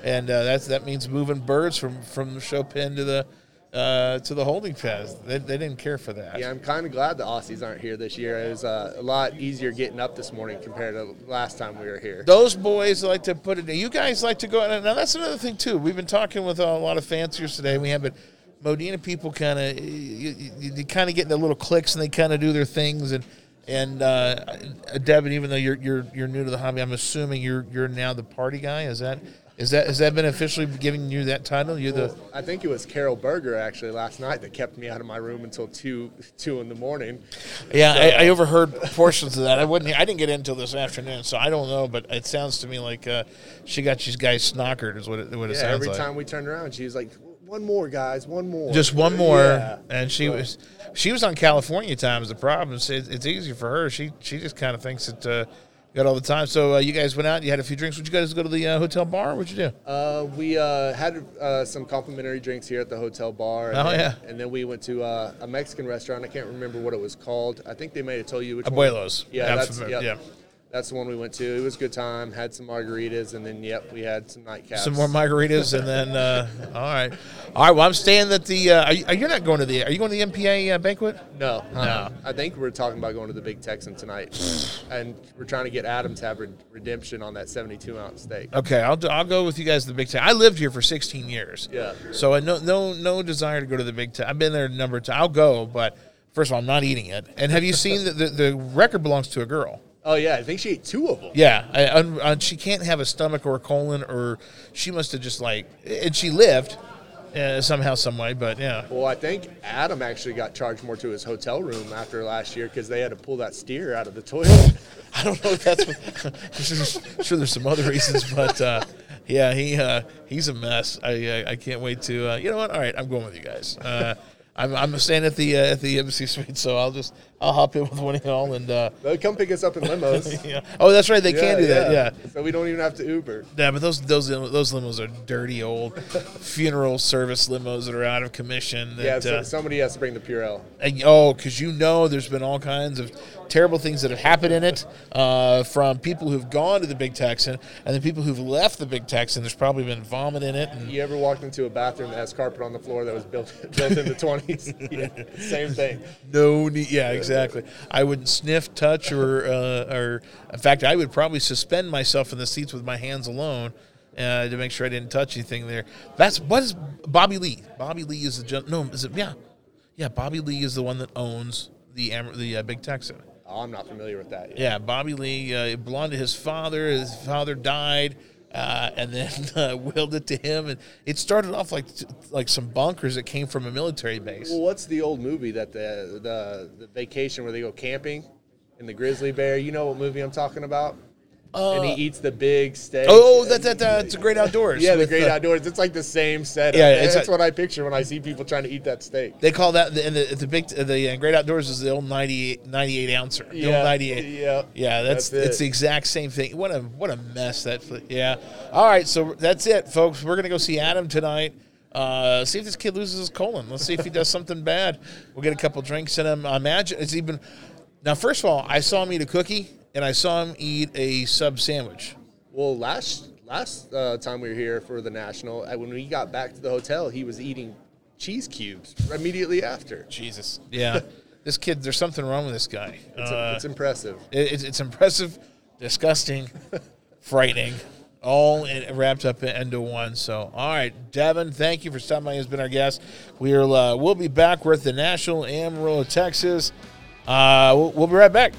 and uh, that's that means moving birds from from the show pen to the uh, to the holding pens. They, they didn't care for that.
Yeah, I'm kind of glad the Aussies aren't here this year. It was uh, a lot easier getting up this morning compared to last time we were here.
Those boys like to put it. You guys like to go out. Now that's another thing too. We've been talking with a lot of fanciers today. We have, but Modena people kind of you, you, you kind of get into little cliques and they kind of do their things. And and uh, Devin, even though you're you're you're new to the hobby, I'm assuming you're you're now the party guy. Is that is that has that been officially giving you that title? You're the
I think it was Carol Berger actually last night that kept me out of my room until two two in the morning.
yeah. I, I overheard portions of that. I wouldn't. I didn't get in until this afternoon, so I don't know. But it sounds to me like uh, she got these guys snockered. Is what it, what it
Yeah,
sounds
every
like.
time we turned around, she was like, "One more, guys, one more."
Just one more,
Yeah.
and she was she was on California time is the problem. It's, it's easier for her. She she just kind of thinks it uh, got all the time. So uh, you guys went out. You had a few drinks. Would you guys go to the uh, hotel bar? What'd you do?
Uh, we uh, had uh, some complimentary drinks here at the hotel bar. And
Oh,
then,
yeah.
And then we went to uh, a Mexican restaurant. I can't remember what it was called. I think they may have told you which
Abuelos.
one. Yeah,
I'm
that's,
familiar.
yep,
yeah.
that's the one we went to. It was a good time. Had some margaritas, and then yep, we had some nightcaps.
Some more margaritas, and then uh, all right, all right. Well, I'm staying at the. Uh, are you, you're not going to the? Are you going to the MPA uh, banquet?
No,
No.
I think we're talking about going to the Big Texan tonight, and we're trying to get Adam to have re- redemption on that seventy-two ounce steak.
Okay, I'll, do- I'll go with you guys to the Big Ten. I lived here for 16 years.
Yeah.
So I no no no desire to go to the Big Ten. I've been there a number of times. I'll go, but first of all, I'm not eating it. And have you seen that the, the record belongs to a girl?
Oh yeah, I think she ate two of them.
Yeah, I, un, un- she can't have a stomach or a colon, or she must have just like, and she lived uh, somehow, some way. But yeah,
Well, I think Adam actually got charged more to his hotel room after last year because they had to pull that steer out of the toilet.
I don't know if that's. What, I'm sure there's some other reasons, but uh, yeah, he uh, he's a mess. I uh, I can't wait to. Uh, you know what? All right, I'm going with you guys. Uh, I'm I'm staying at the uh, at the embassy suite, so I'll just I'll hop in with one of y'all and. Uh,
They'll come pick us up in limos.
yeah. Oh, that's right. They can do that. Yeah.
So we don't even have to Uber.
Yeah, but those those those limos are dirty old funeral service limos that are out of commission. That,
yeah, so,
uh,
somebody has to bring the Purell.
And, oh, because you know there's been all kinds of terrible things that have happened in it uh, from people who've gone to the Big Texan and the people who've left the Big Texan. There's probably been vomit in it. And,
You ever walked into a bathroom that has carpet on the floor that was built built in the 20s? Yeah, same thing.
No need. Yeah, exactly. I wouldn't sniff, touch, or uh, or in fact, I would probably suspend myself in the seats with my hands alone uh, to make sure I didn't touch anything there. That's what is Bobby Lee. Bobby Lee is the gen- no. Is it yeah, yeah. Bobby Lee is the one that owns the Am- the uh, Big Texan.
Oh, I'm not familiar with that. Yet.
Yeah, Bobby Lee. Uh, it belonged to his father. His father died. uh, and then uh, willed it to him. And it started off like like some bunkers that came from a military base.
Well, what's the old movie that the, the the vacation where they go camping and the grizzly bear? You know what movie I'm talking about? and he eats the big steak.
Uh, Oh, that that that's a great outdoors.
yeah, the
with uh,
great outdoors. It's like the same setup.
Yeah,
Yeah,
it's
that's
a-
what I picture when I see people trying to eat that steak.
They call that the, and the, the big the uh, great outdoors is the old 98, 98 ouncer. The
Yeah,
old ninety eight.
yeah,
Yeah, that's,
that's it.
it's the exact same thing. What a what a mess that. fl- Yeah. All right, so that's it, folks. We're gonna go see Adam tonight. Uh, see if this kid loses his colon. Let's see if he does something bad. We'll get a couple drinks in him. I imagine it's even. Now, first of all, I saw him eat a cookie and I saw him eat a sub sandwich.
Well, last last uh, time we were here for the national, uh, when we got back to the hotel, he was eating cheese cubes immediately after.
Jesus. Yeah. this kid, there's something wrong with this guy.
It's,
Uh,
it's impressive.
It, it's, it's impressive, disgusting, frightening, all in, wrapped up into one. So, all right, Devin, thank you for stopping by. Has been our guest. We'll uh, we'll be back. We're at the National in Amarillo, Texas. Uh, we'll, we'll be right back.